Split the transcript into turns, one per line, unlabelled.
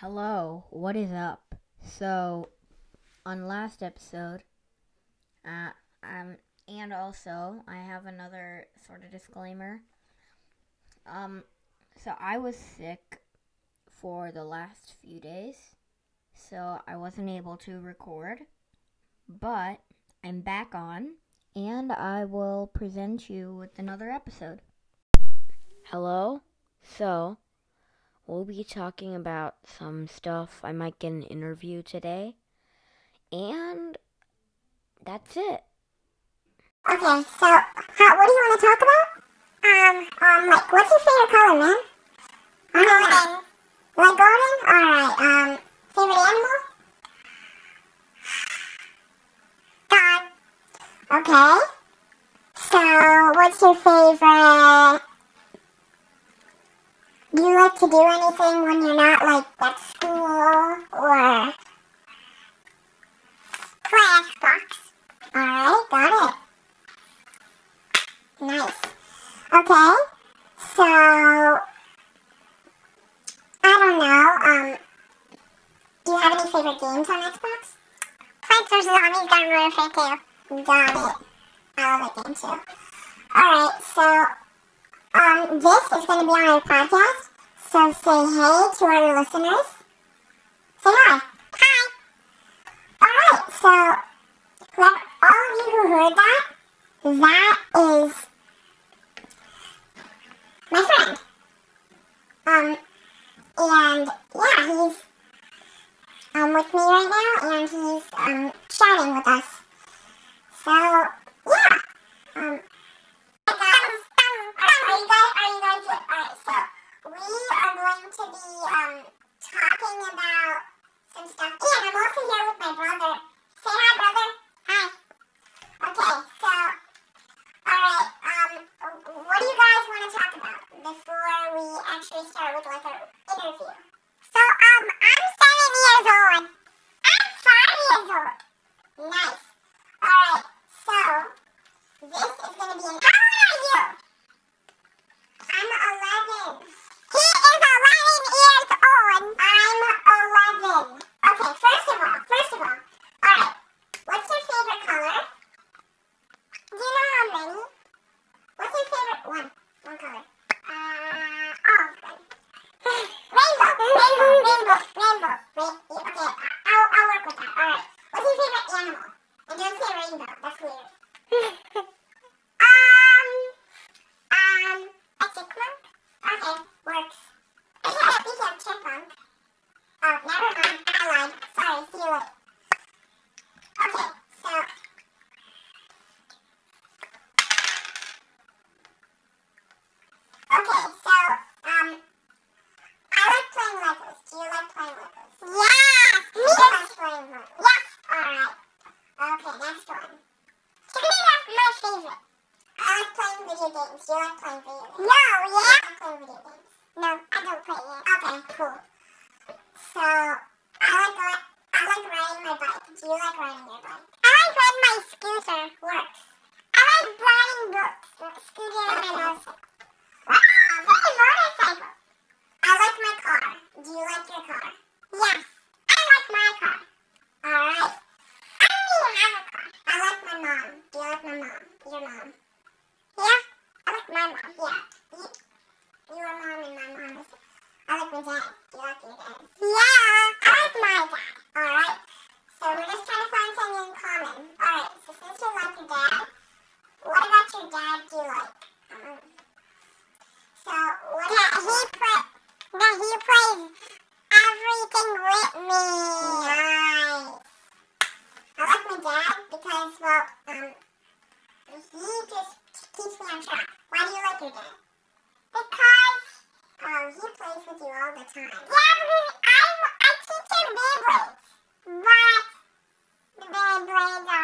Hello, what is up? So, on last episode, uh, um, and also I have another sort of disclaimer. Um, so I was sick for the last few days, so I wasn't able to record, but I'm back on, and I will present you with another episode.
Hello? So, we'll be talking about some stuff. I might get an interview today. And that's it.
Okay, so how, what do you want to talk about? Um, um, like, what's your favorite color, man? Golden. Like golden? Alright, um, favorite animal? Dog. Okay. So, what's your favorite? Do you like to do anything when you're not, like, at school or play Xbox? Alright, got it. Nice. Okay. So I don't know. Um, do you have any favorite games on Xbox? Plants vs Zombies got Warfare too. Got it. I love that game too. All right. So um, this is going to be on our podcast. So say hey to our listeners. Say hi. Hi. All right. So let all of you who heard that, that is my friend. Um, and yeah, he's um with me right now, and he's um chatting with us. So yeah, um. Are you guys? Are you guys? All right. So we are going to be um talking about some stuff, and I'm also here with my brother. Say hi, brother. Hi. Okay. So. Alright, um, what do you guys want to talk about before we actually start with like our interview? So, um, I'm seven years old. I'm five years old. Nice. Alright, so, this is gonna be an. How old are you? I'm 11. He is 11 years old. I'm 11. Okay, first of all, first of all, alright, what's your favorite color? Do you know how many? What's your favorite one? One color. Uh, all of them. rainbow, rainbow, rainbow, rainbow. Rain- okay, I- I'll, I'll work with that. All right. What's your favorite animal? And don't say rainbow. That's weird. um, um, a chipmunk. Okay, works. I think I think I'm chipmunk. Oh, never mind. I lied. Sorry. See you later. Okay, so. Okay, so, um, I like playing Legos. Do you like playing Legos? Yes! Me I like playing Legos. Yes! Alright. Okay, next one. Can we have my favorite? I like playing video games. Do you like playing video games? No, yeah? I like playing video games. No, I don't play it. Okay, cool. So, I like, li- I like riding my bike. Do you like riding your bike? I like riding my scooter. Works. I like riding books. Scooter and my motorcycle. Wow, very motorcycle. I like my car. Do you like your car? Yes. I like my car. Alright. I don't even have a car. I like my mom. Do you like my mom? Your mom. Yeah? I like my mom. Yeah. You, your mom and my mom. is- I like my dad. Do you like your dad? Yeah. I like my dad. Alright. So we're just trying to find something in common. Alright, so since you like your dad, what about your dad do you like? Um, so what yeah, he play, that he plays everything with me. Nice. I like my dad because well, um, he just keeps me on track. Why do you like your dad? Because um, he plays with you all the time. Yeah, because I I teach him Beyblades. But the Beyblades